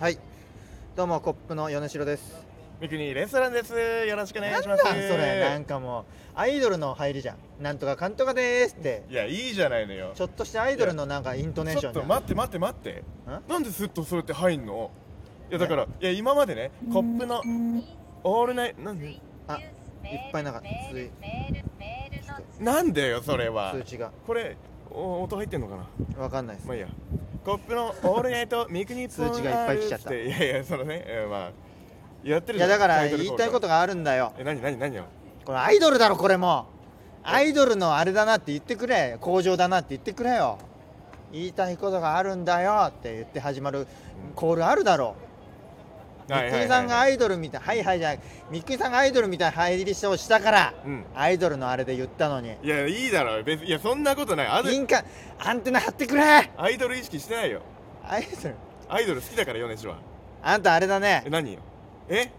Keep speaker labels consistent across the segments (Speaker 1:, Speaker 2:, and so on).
Speaker 1: はい。どうもコップの米城です。
Speaker 2: 三国レストランです。よろしくお願いします。
Speaker 1: なんなんそれなんかもうアイドルの入りじゃん。なんとか監督でーすって。
Speaker 2: いや、いいじゃないのよ。
Speaker 1: ちょっとしたアイドルのなんかイントネーシ
Speaker 2: ちょ
Speaker 1: ョン
Speaker 2: っ
Speaker 1: じゃ
Speaker 2: と
Speaker 1: ん。
Speaker 2: 待って待って待って。
Speaker 1: ん
Speaker 2: なんですっとそうやって入んのいや、だから、いや、今までね、コップのオールナイト、なんで
Speaker 1: あ、いっぱいなんかつい
Speaker 2: なんでよ、それは
Speaker 1: 通。知が
Speaker 2: これ、お音入ってんのかな
Speaker 1: わかんないです
Speaker 2: ま。あいいや。コップのオールナイト、三国
Speaker 1: 通知がいっぱい来ちゃった
Speaker 2: ポンアールていやいや、そのね、えーまあ、やってる
Speaker 1: い
Speaker 2: じゃ
Speaker 1: やだ
Speaker 2: ん
Speaker 1: から
Speaker 2: タイトル
Speaker 1: 言い
Speaker 2: コール
Speaker 1: たいことがあるんだよ。
Speaker 2: え、何、何、何よ。
Speaker 1: これアイドルだろこれも。アイドルのあれだなって言ってくれ。工場だなって言ってくれよ。言いたいことがあるんだよって言って始まるコールあるだろ
Speaker 2: は
Speaker 1: 三
Speaker 2: いはいはい
Speaker 1: 國さんがアイドルみたいはいはいじゃない三國さんがアイドルみたいな入りをしたから、
Speaker 2: うん
Speaker 1: アイドルのあれで言ったのに
Speaker 2: いや、いいだろ、別に、いや、そんなことない。あず
Speaker 1: 敏感アンテナ張ってくれアイ
Speaker 2: アイドル意識してないよ。
Speaker 1: ドル
Speaker 2: アイドル好きだから、米氏は。
Speaker 1: あんたあれだね
Speaker 2: え、何よ。え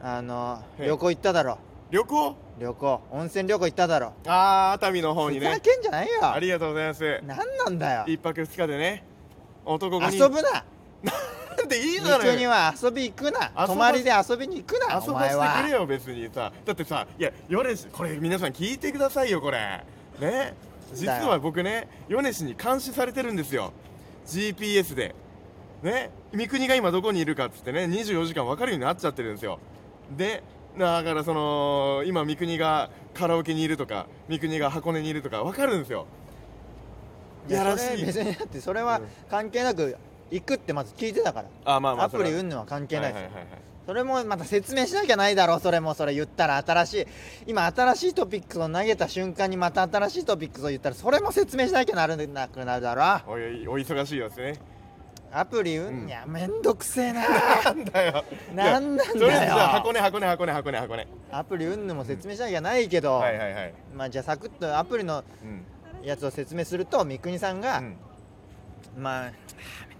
Speaker 1: あの
Speaker 2: ええ
Speaker 1: 旅行行っただろ
Speaker 2: 旅行
Speaker 1: 旅行温泉旅行行っただろ
Speaker 2: あー熱海の方
Speaker 1: ふ
Speaker 2: に
Speaker 1: ざ
Speaker 2: ね
Speaker 1: けんじゃないよ
Speaker 2: ありがとうございます
Speaker 1: 何なんだよ
Speaker 2: 一泊二日でね男5人
Speaker 1: 遊ぶな
Speaker 2: なんでいい
Speaker 1: 三
Speaker 2: だろ
Speaker 1: 国
Speaker 2: よ
Speaker 1: は遊び行くな
Speaker 2: ばせ
Speaker 1: 泊まりで遊びに行くな
Speaker 2: 遊
Speaker 1: お
Speaker 2: ば
Speaker 1: 前
Speaker 2: してくれ
Speaker 1: は
Speaker 2: よ別にさだってさいやヨネシこれ皆さん聞いてくださいよこれね実
Speaker 1: だよ
Speaker 2: は僕ねヨネシに監視されてるんですよ GPS でね三国が今どこにいるかっつってね24時間分かるようになっちゃってるんですよでだからその今三国がカラオケにいるとか三国が箱根にいるとか分かるんですよ
Speaker 1: いや
Speaker 2: やら
Speaker 1: そ
Speaker 2: し
Speaker 1: れ
Speaker 2: い
Speaker 1: 別にだってそれは関係なく行くってまず聞いてたから
Speaker 2: あまあまあ
Speaker 1: アプリ
Speaker 2: それは
Speaker 1: うんぬんは関係ないですよ
Speaker 2: ははいはいはい
Speaker 1: それもまた説明しなきゃないだろうそれもそれ言ったら新しい今新しいトピックスを投げた瞬間にまた新しいトピックスを言ったらそれも説明しなきゃならなくなるだろ
Speaker 2: おいお忙しいようですね
Speaker 1: アプリうん、
Speaker 2: うん
Speaker 1: いやめんどくせ えな
Speaker 2: なんだよ
Speaker 1: なんなんだよ
Speaker 2: いやとりあえずじゃあ箱根箱根箱根箱根箱根
Speaker 1: アプリうんぬも説明しなきゃないけど、
Speaker 2: はいはいはい
Speaker 1: まあじゃあサクッとアプリの
Speaker 2: うん
Speaker 1: やつを説明すると三國さんが、
Speaker 2: うん
Speaker 1: まああーめん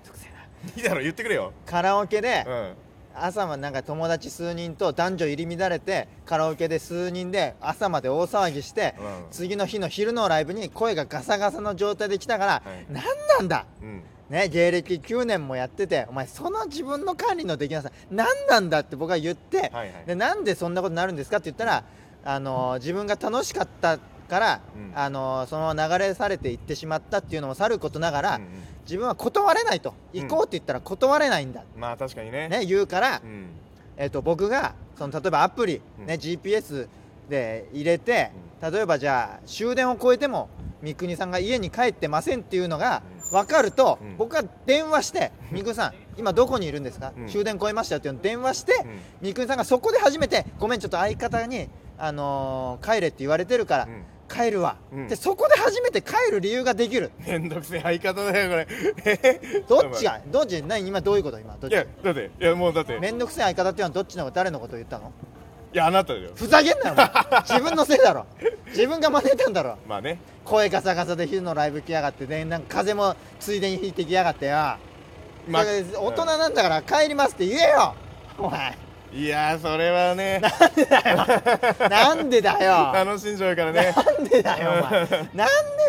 Speaker 1: どくせえない
Speaker 2: いだろ言ってくれよ
Speaker 1: カラオケで、
Speaker 2: うん
Speaker 1: 朝はなんか友達数人と男女入り乱れてカラオケで数人で朝まで大騒ぎして、
Speaker 2: うん
Speaker 1: 次の日の昼のライブに声がガサガサの状態で来たから、
Speaker 2: はい
Speaker 1: なんなんだ
Speaker 2: うん
Speaker 1: ね芸歴9年もやっててお前その自分の管理のできなさなんなんだって僕は言って、
Speaker 2: はいはい
Speaker 1: でなんでそんなことになるんですかって言ったら、あのー自分が楽しかったから、
Speaker 2: うん
Speaker 1: あのーそのまま流れされていってしまったっていうのもさることながら、
Speaker 2: うんうん
Speaker 1: 自分は断れないと
Speaker 2: うん
Speaker 1: 行こうって言ったら断れないんだ、
Speaker 2: まあ確かにね
Speaker 1: ね、言うから
Speaker 2: う、ん
Speaker 1: えっと僕がその例えばアプリ、ね
Speaker 2: うん
Speaker 1: GPS で入れて、例えばじゃあ終電を超えても三國さんが家に帰ってませんっていうのが分かると、
Speaker 2: うん
Speaker 1: 僕が電話して「三國さん今どこにいるんですか
Speaker 2: うん
Speaker 1: 終電超えましたよ」っていうのを電話して、
Speaker 2: うん
Speaker 1: 三國さんがそこで初めて「ごめんちょっと相方に、あのー帰れ」って言われてるから「
Speaker 2: うん
Speaker 1: 帰るわ」
Speaker 2: うん
Speaker 1: でそこで初めて帰る理由ができる
Speaker 2: めんどくせえ相方だよこれえへへ
Speaker 1: どっちがどっち何今どういうこと今どっ
Speaker 2: い
Speaker 1: ち
Speaker 2: やだっていやもうだって
Speaker 1: 面倒くせえ相方っていうのはどっちの誰のことを言ったの
Speaker 2: いやあなただよ
Speaker 1: ふざけんなよお前自分のせいだろ自分が真似たんだろ
Speaker 2: まあね
Speaker 1: 声ガサガサで昼のライブ来やがってでなんか風もついでに引いてきやがってよ、
Speaker 2: ま
Speaker 1: だ
Speaker 2: あ
Speaker 1: から大人なんだから帰りますって言えよお前
Speaker 2: いやそれはね
Speaker 1: なんでだよ
Speaker 2: 楽しんじゃうからね
Speaker 1: なんでだよお前なんで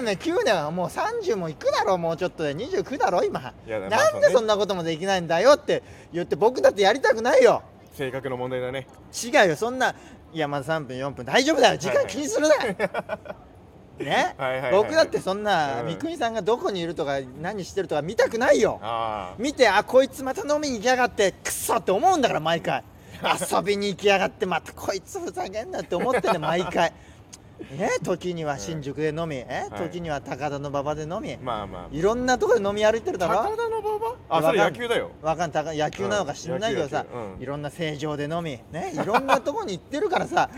Speaker 1: ね9年はもう30もいくだろもうちょっとで29だろ今
Speaker 2: いやまあ
Speaker 1: なんで
Speaker 2: そうね
Speaker 1: そんなこともできないんだよって言って僕だってやりたくないよ
Speaker 2: 性格の問題だね
Speaker 1: 違うよそんないやまだ3分4分大丈夫だよ時間気にす るな、ね、
Speaker 2: はいはいはい
Speaker 1: 僕だってそんな、
Speaker 2: うん
Speaker 1: 三國さんがどこにいるとか何してるとか見たくないよ
Speaker 2: あ
Speaker 1: 見てあこいつまた飲みに行きやがってクソって思うんだから毎 回遊びに行きやがってまたこいつふざけんなって思 ってんだよ毎回ね時には新宿で飲み、え
Speaker 2: はい
Speaker 1: 時には高田の馬場で飲み、
Speaker 2: あまあまあ
Speaker 1: い、ろんなところで飲み歩いてるだろ
Speaker 2: 高田の馬場あそれ野球だよ
Speaker 1: わかんたか野球なのか知んないけどさ
Speaker 2: うん野球野球、うん
Speaker 1: いろんな正常でのみ、ね、いろんなとこに行ってるから さ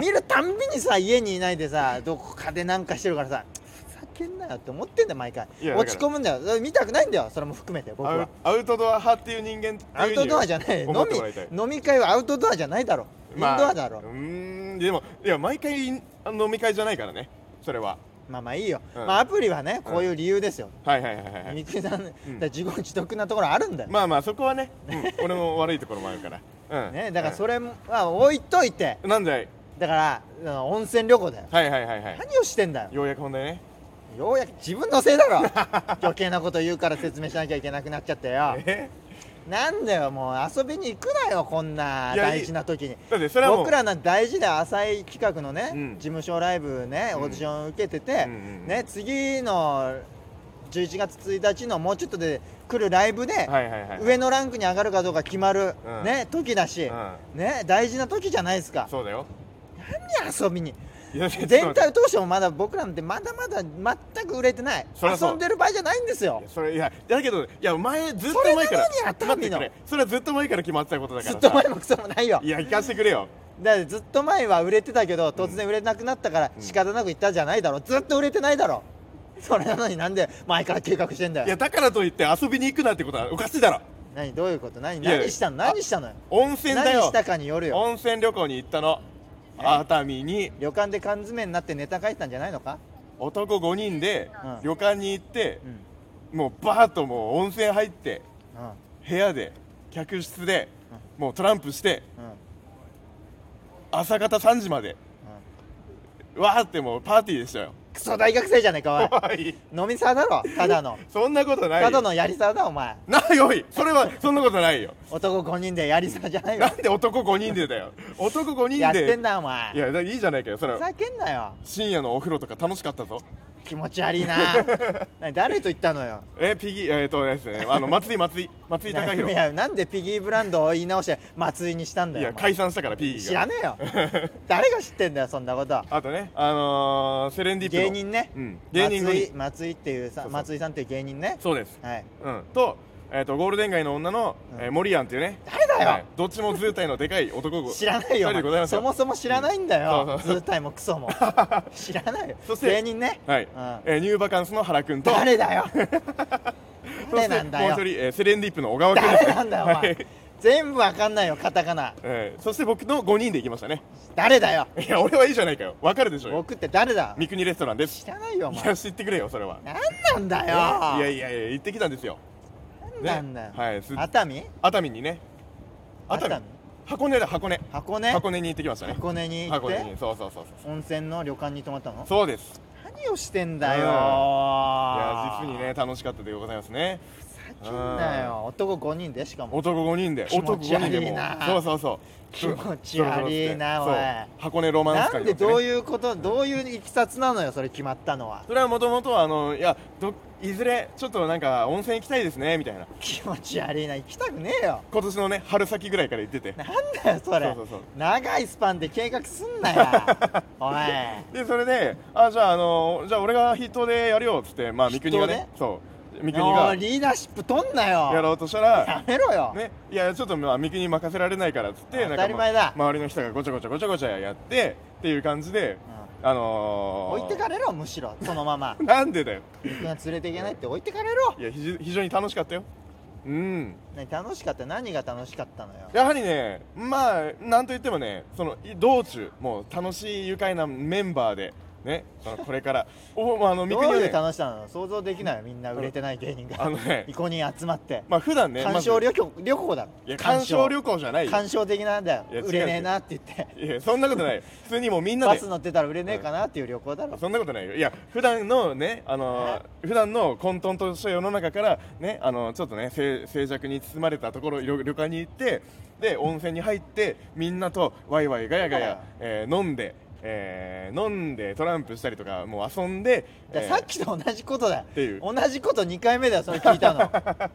Speaker 1: 見るたんびにさ家にいないでさどこかでなんかしてるからさふざけんなよって思ってんだよ毎回
Speaker 2: いやだから
Speaker 1: 落ち込むんだよだから見たくないんだよそれも含めて僕
Speaker 2: アウ
Speaker 1: は
Speaker 2: アウトドア派っていう人間っていう
Speaker 1: アウトドアじゃない飲
Speaker 2: 思ってもらいたい
Speaker 1: み飲み会はアウトドアじゃないだろ、インドアだろ
Speaker 2: うーんでもいや毎回イン飲み会じゃないからねそれは
Speaker 1: まあまあいいよ、
Speaker 2: うん
Speaker 1: まあアプリはねこういう理由ですよ、
Speaker 2: はいはいはいはいはい
Speaker 1: 三國さん、だ
Speaker 2: うん
Speaker 1: から自業自得なところあるんだよ、
Speaker 2: まあまあそこはね、うん俺も悪いところもある から、うん、
Speaker 1: ね、だからそ
Speaker 2: れ、
Speaker 1: れは置いといて
Speaker 2: うんなんで
Speaker 1: だからあの温泉旅行だよ
Speaker 2: はいはいはいはい
Speaker 1: 何をしてんだよ
Speaker 2: ようやく本題ね
Speaker 1: ようやく自分のせいだろ余計なこと言うから説明しなきゃいけなくなっちゃったよ
Speaker 2: え
Speaker 1: なんだよもう遊びに行くなよこんない
Speaker 2: や
Speaker 1: 大事な時に
Speaker 2: だってそれはもう
Speaker 1: 僕らなんて大事で浅い企画のね、
Speaker 2: うん
Speaker 1: 事務所ライブね
Speaker 2: うん
Speaker 1: オーディション受けてて、
Speaker 2: うんうんうん
Speaker 1: ね次の11月1日のもうちょっとで来るライブで、
Speaker 2: はいはいはい
Speaker 1: 上のランクに上がるかどうか決まる、
Speaker 2: うん
Speaker 1: ね時だし、
Speaker 2: う
Speaker 1: ね大事な時じゃないですか
Speaker 2: ん、そうだよ
Speaker 1: 何遊びに
Speaker 2: いやちょっと待
Speaker 1: 全
Speaker 2: って
Speaker 1: 体を通してもまだ僕らなんてまだまだ全く売れてない
Speaker 2: そりゃそう
Speaker 1: 遊んでる場合じゃないんですよ
Speaker 2: それいやだけどいや前ずっと前か
Speaker 1: そ
Speaker 2: ら
Speaker 1: れなのに頭
Speaker 2: 待っ
Speaker 1: いい
Speaker 2: て
Speaker 1: の
Speaker 2: くれそれはずっと前から決まってたことだか
Speaker 1: ず
Speaker 2: ら
Speaker 1: っ
Speaker 2: さ
Speaker 1: と前もクソもないよ
Speaker 2: いや聞かせてくれよ
Speaker 1: だってずっと前は売れてたけど突然売れなくなったから仕方なく言ったじゃないだろ、ずっと売れてないだろそれなのになんで前から計画してんだ
Speaker 2: いや
Speaker 1: よ
Speaker 2: だからといって遊びに行くなってことはおかしいだろ
Speaker 1: 何どういうこと何
Speaker 2: いや
Speaker 1: 何したの
Speaker 2: あ
Speaker 1: 何したのよ
Speaker 2: 温泉だ
Speaker 1: 何
Speaker 2: よ
Speaker 1: したかによるよ
Speaker 2: 温泉旅行に行ったの
Speaker 1: え
Speaker 2: 熱海に
Speaker 1: 旅館で缶詰になってネタ書いてたんじゃないのか、
Speaker 2: 男5人で
Speaker 1: うん
Speaker 2: 旅館に行って
Speaker 1: う、ん
Speaker 2: もうバーッともう温泉入って
Speaker 1: うんうん
Speaker 2: 部屋で客室でもうトランプして
Speaker 1: うん
Speaker 2: 朝方3時までわーってもうパーティーでしたよ
Speaker 1: クソ大学生じゃねえ かおい
Speaker 2: おい
Speaker 1: 飲み沢だろただの
Speaker 2: そんなことない
Speaker 1: ただ
Speaker 2: よ
Speaker 1: のやり沢だお前
Speaker 2: ないおいそ れはそんなことないよ
Speaker 1: 男5人でやり沢じゃないよ
Speaker 2: なんで男5人でだよ男5人で
Speaker 1: やってんだお前
Speaker 2: いやだいいじゃないかよそれ
Speaker 1: ふざけんなよ
Speaker 2: 深夜のお風呂とか楽しかったぞ
Speaker 1: 気持ち悪 いな何誰と言ったのよ
Speaker 2: えピギえっとですねあの松井松井松井貴
Speaker 1: い
Speaker 2: 弘
Speaker 1: やなんでピギーブランドを言い直して松井にしたんだ
Speaker 2: い
Speaker 1: よ
Speaker 2: や
Speaker 1: お前
Speaker 2: 解散したからピギーが
Speaker 1: 知らねえよ誰が知ってんだよそんなこと
Speaker 2: あとねあのー、セレンディップの
Speaker 1: 芸人ね、
Speaker 2: うん芸人
Speaker 1: 松
Speaker 2: 5
Speaker 1: 井
Speaker 2: 人
Speaker 1: 松井っていうさ
Speaker 2: そうそう
Speaker 1: 松井さんっていう芸人ね
Speaker 2: そうです
Speaker 1: はい
Speaker 2: うんと,、えー、とゴールデン街の女の、
Speaker 1: うん
Speaker 2: えー、モリアンっていうね
Speaker 1: 誰だよ
Speaker 2: い、どっちも図体のでかい男
Speaker 1: 知らないよ
Speaker 2: 二人でございますよ
Speaker 1: そもそも知らないんだ
Speaker 2: うん
Speaker 1: よ
Speaker 2: そうそう
Speaker 1: 図体もクソ も知らないよ
Speaker 2: そして
Speaker 1: 芸人ね
Speaker 2: はい、
Speaker 1: ん
Speaker 2: えーニューバカンスの原くんと
Speaker 1: 誰だよ
Speaker 2: そ
Speaker 1: 誰
Speaker 2: して
Speaker 1: なんだよ
Speaker 2: もう一人、えー、セレンディップの小川君
Speaker 1: 誰なんだよお
Speaker 2: は
Speaker 1: 前
Speaker 2: い
Speaker 1: 全部わかんないよカタカナ
Speaker 2: えーそして僕の5人で行きましたね
Speaker 1: 誰だよ
Speaker 2: いや俺はいいじゃないかよわかるでしょうよ
Speaker 1: 僕って誰だ
Speaker 2: 三国レストランです
Speaker 1: 知らないよお
Speaker 2: い
Speaker 1: 前
Speaker 2: や知ってくれよそれは
Speaker 1: なんなんだ
Speaker 2: いやいや
Speaker 1: よ
Speaker 2: いやいや行ってきたんですよ
Speaker 1: なんだよ、
Speaker 2: ねはいす
Speaker 1: 熱海
Speaker 2: 熱海にね熱海
Speaker 1: 熱海
Speaker 2: 箱根だ箱根
Speaker 1: 箱根
Speaker 2: 箱根に行ってきましたね
Speaker 1: 箱根に行っ
Speaker 2: 箱根
Speaker 1: て
Speaker 2: にそうそうそうそう
Speaker 1: 温泉の旅館に泊まったの
Speaker 2: そうです
Speaker 1: 何をしてんだよ、
Speaker 2: うんいいや
Speaker 1: や
Speaker 2: 実にね楽しかったでございますね
Speaker 1: ふざけんなよ男5人でしかも
Speaker 2: 男5人で
Speaker 1: 気
Speaker 2: 男
Speaker 1: 持ち
Speaker 2: 5
Speaker 1: 悪
Speaker 2: 人で
Speaker 1: い
Speaker 2: も
Speaker 1: な
Speaker 2: うそうそうそう
Speaker 1: 気持ち悪いな
Speaker 2: そう
Speaker 1: おい
Speaker 2: そう箱根ロマンス
Speaker 1: な
Speaker 2: 会
Speaker 1: んでどう
Speaker 2: う
Speaker 1: いうことどういういきさつなのよそれ決まったのは
Speaker 2: それはもともとあのいやどいずれちょっとなんか温泉行きたいですねみたいな
Speaker 1: 気持ち悪いな行きたくねえよ
Speaker 2: 今年のね春先ぐらいから言ってて
Speaker 1: なんだよそれ
Speaker 2: そうそうそう
Speaker 1: 長いスパンで計画すんな よおい
Speaker 2: でそれであじゃああのじゃあ俺が筆頭でやるよっつってまあ三国がねそう三国
Speaker 1: も
Speaker 2: が
Speaker 1: うリーダーシップ取んなよ
Speaker 2: やろうとしたら
Speaker 1: やめろよ、
Speaker 2: ね、いやちょっとまあ三国に任せられないからっつって
Speaker 1: 当たり前
Speaker 2: なんか
Speaker 1: だ
Speaker 2: ま周りの人がごちゃごちゃごちゃごちゃやってっていう感じで、あ
Speaker 1: うん
Speaker 2: のー、
Speaker 1: 置いてかれろむしろそのまま
Speaker 2: なんでだよ
Speaker 1: 僕が連れていけないって置いてかれろ
Speaker 2: いやひじ非常に楽しかったようん
Speaker 1: ね楽しかった何が楽しかったのよ
Speaker 2: やはりねまあなんといってもねそのい道中もう楽しい愉快なメンバーでねそのこれから おまああの三
Speaker 1: ど
Speaker 2: 国
Speaker 1: う
Speaker 2: は
Speaker 1: いう
Speaker 2: ね
Speaker 1: 楽しさなの想像できないよみんな売れてない芸人
Speaker 2: あ
Speaker 1: が
Speaker 2: のね
Speaker 1: イコに集まって
Speaker 2: まあ普段ね
Speaker 1: 鑑賞旅行旅行だろ
Speaker 2: いや鑑賞
Speaker 1: 行
Speaker 2: 旅行じゃないよ
Speaker 1: 鑑賞的なんだよ
Speaker 2: いや違う
Speaker 1: 売れねえなって言って
Speaker 2: いやそんなことないよ普通にもうみんな
Speaker 1: バ
Speaker 2: で
Speaker 1: ス乗ってたら売れねえかなっていう旅行だろ
Speaker 2: そんなことないよいや普段のねあのー普段の混沌とした世の中からねあのーちょっとね静静寂に包まれたところ旅旅館に行ってで温泉に入ってみんなとワイワイガヤ
Speaker 1: そ
Speaker 2: ガ
Speaker 1: うだ
Speaker 2: ヤ
Speaker 1: よ、
Speaker 2: えー飲んで、えー飲んでトランプしたりとかもう遊んで、
Speaker 1: だか
Speaker 2: えー
Speaker 1: らさっきと同じことだよ
Speaker 2: ていう
Speaker 1: 同じこと2回目だよそれ聞い たの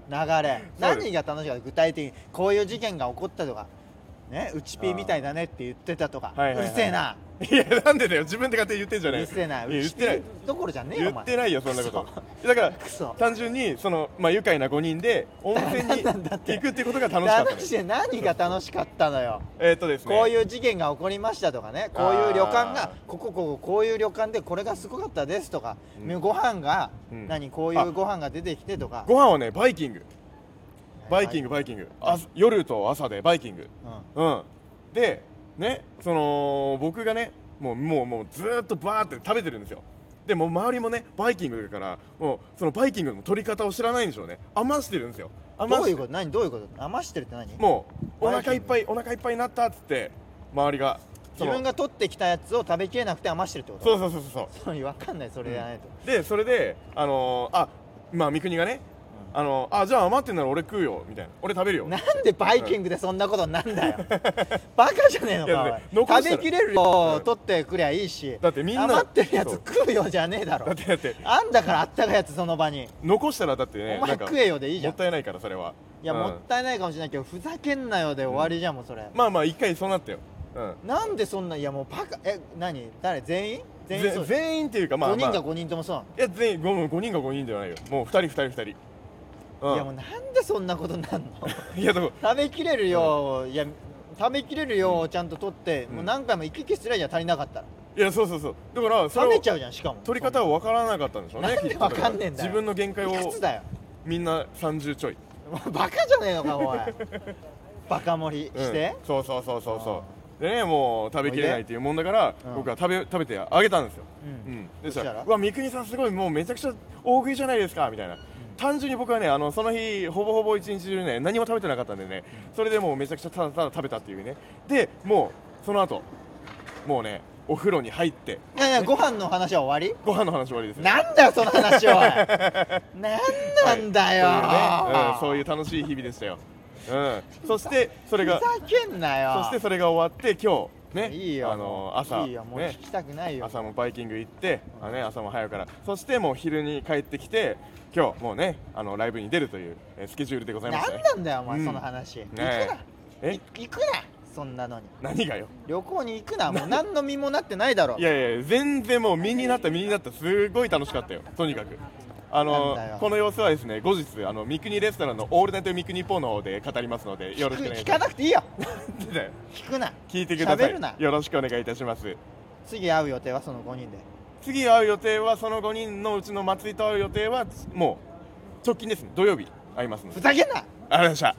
Speaker 1: 流れ何が楽しかった具体的にこういう事件が起こったとかねうちピーみたいだねって言ってたとかう
Speaker 2: はいはい はい
Speaker 1: るせえない
Speaker 2: やなんでだよ自分で勝手に言ってんじゃ
Speaker 1: う
Speaker 2: ない
Speaker 1: るせえな
Speaker 2: や
Speaker 1: う
Speaker 2: 言っ
Speaker 1: ちピ
Speaker 2: てない
Speaker 1: ーどころじゃねえよ
Speaker 2: 言
Speaker 1: お前
Speaker 2: ってないよそんなこと
Speaker 1: ク
Speaker 2: だから
Speaker 1: クソ
Speaker 2: 単純にそのまあ愉快な5人で温泉 に
Speaker 1: なんだって
Speaker 2: 行くっていうことが楽しかった
Speaker 1: 楽
Speaker 2: で
Speaker 1: し
Speaker 2: す
Speaker 1: い何が楽しかったのよ
Speaker 2: えーっとです ね
Speaker 1: こういう事件が起こりましたとかねこういう旅館
Speaker 2: あー
Speaker 1: がこここここういう旅館でこれがすごかったですとか、
Speaker 2: うん
Speaker 1: ご飯が、
Speaker 2: うん
Speaker 1: 何こうい
Speaker 2: あ
Speaker 1: うご飯が出てきてとか、
Speaker 2: ご飯はねバイキングバイキング
Speaker 1: グ、
Speaker 2: バイキングあ夜と朝でバイキング
Speaker 1: うん
Speaker 2: うんでねその僕がねもうもうもうずーっとバーって食べてるんですよでもう周りもねバイキングだからもうそのバイキングの取り方を知らないんでしょうね余してるんですよ余
Speaker 1: どう
Speaker 2: し
Speaker 1: い
Speaker 2: て
Speaker 1: うこと何どういうこと余してるって何
Speaker 2: もうお
Speaker 1: バイキン
Speaker 2: 腹
Speaker 1: グ
Speaker 2: いっぱいお腹いっぱいになったっつって周りが
Speaker 1: 自
Speaker 2: その
Speaker 1: 分が取ってきたやつを食べきれなくて余してるって こと
Speaker 2: そうそうそうそうそ
Speaker 1: そう分かんないそれじゃないと、
Speaker 2: うでそれであのーあまあ三國がね
Speaker 1: うん
Speaker 2: あのあじゃあ余ってんなら俺食うよみたいな俺食べるよ
Speaker 1: なんでバイキングでそんなことになんだよ バカじゃねえの
Speaker 2: いやだ
Speaker 1: か
Speaker 2: って
Speaker 1: おい
Speaker 2: 残し
Speaker 1: 食
Speaker 2: たら
Speaker 1: べきれる
Speaker 2: う
Speaker 1: よ
Speaker 2: ん
Speaker 1: 取ってくりゃいいし
Speaker 2: だってみんな
Speaker 1: 余ってるやつ
Speaker 2: そう
Speaker 1: 食うよじゃねえだろ
Speaker 2: だってだって
Speaker 1: あんだからあったかいやつその場に
Speaker 2: 残したらだってね
Speaker 1: お前
Speaker 2: なんか
Speaker 1: 食えよでいいじゃん
Speaker 2: もったいないからそれはい
Speaker 1: や、
Speaker 2: うん
Speaker 1: もったいないかもしれないけどふざけんなよで終わりじゃんもうそれ、
Speaker 2: まあまあ一回そうなったよ、うん、
Speaker 1: なんでそんないやもうバカえ何誰全員全員
Speaker 2: ぜ
Speaker 1: そう
Speaker 2: 全員っていうかまあ、
Speaker 1: 5
Speaker 2: ま
Speaker 1: 人
Speaker 2: あ、
Speaker 1: か
Speaker 2: い
Speaker 1: 5人ともそうなの
Speaker 2: や全員 5, 人か5人ではないよもう2人2人2人うん
Speaker 1: いやもうなんでそんなことになんの
Speaker 2: いやでも
Speaker 1: 食べきれるよ、いや食べきれるよ、ちゃんと取って、
Speaker 2: うん
Speaker 1: もう何回も行き来すりゃいいじゃん足りなかったら
Speaker 2: いやそうそうそうだからそ
Speaker 1: 冷
Speaker 2: れ
Speaker 1: め
Speaker 2: を
Speaker 1: ちゃうじゃんしかも
Speaker 2: 取り方は分からなかったんでしょうね
Speaker 1: なんで
Speaker 2: きっと
Speaker 1: 分かんねえんだよ
Speaker 2: 自分の限界
Speaker 1: そ
Speaker 2: を
Speaker 1: んないつだよ
Speaker 2: みんな30ちょい
Speaker 1: もう バカじゃねえのかお前バカ盛りして
Speaker 2: う、んそうそうそうそうそうでねもう食べきれないっていうもんだから
Speaker 1: うん
Speaker 2: 僕は食べ食べてあげたんですよ、
Speaker 1: う
Speaker 2: うんん、で
Speaker 1: そし
Speaker 2: し
Speaker 1: たた
Speaker 2: ら
Speaker 1: ら
Speaker 2: 「うわ三國さんすごいもうめちゃくちゃ大食いじゃないですか」みたいな、単純に僕はねあのその日ほぼほぼ一日中ね何も食べてなかったんでね、それでもうめちゃくちゃただただ食べたっていうねでもうその後もうねお風呂に入って
Speaker 1: いやいやご飯の話は終わ
Speaker 2: ご飯の話終わりです
Speaker 1: り
Speaker 2: よ
Speaker 1: なんだよその話は なんなんだよ、
Speaker 2: はいそういうねうん、そういう楽しい日々でしたよ、うん、そしてそれが
Speaker 1: ふざけんなよ
Speaker 2: そしてそれが終わって今日ね
Speaker 1: いいよ
Speaker 2: あの
Speaker 1: もう
Speaker 2: 朝
Speaker 1: いいよもう
Speaker 2: ね
Speaker 1: 聞きたくないよ、
Speaker 2: 朝もバイキング行って、
Speaker 1: うん
Speaker 2: あね、朝も早いからそしてもう昼に帰ってきて今日もうねあのライブに出るというえースケジュールでございました
Speaker 1: なん
Speaker 2: ね
Speaker 1: なんだよお前、
Speaker 2: うん
Speaker 1: その話、行く
Speaker 2: ねえ
Speaker 1: な
Speaker 2: え
Speaker 1: い行くなそんなのに
Speaker 2: 何がよ
Speaker 1: 旅行に行くなもう何の身もなってないだろ
Speaker 2: いやいや全然もう身になった身になったすごい楽しかったよとにかくあの
Speaker 1: なんだよ
Speaker 2: この様子はですね後日あの三国レストランの「オールナイト三国ポー」の方で語りますのでよろしくお願
Speaker 1: 聞
Speaker 2: いし
Speaker 1: か
Speaker 2: ま
Speaker 1: なくていいよ
Speaker 2: すだよ
Speaker 1: 聞くな
Speaker 2: 聞いてくださ
Speaker 1: 喋るない
Speaker 2: よろしくお願いいたします
Speaker 1: 次会う予定はその5人で
Speaker 2: 次会う予定はその5人のうちの松井と会う予定はもう直近ですね土曜日会いますの
Speaker 1: ふ
Speaker 2: で
Speaker 1: ざけんな
Speaker 2: ありがとうございました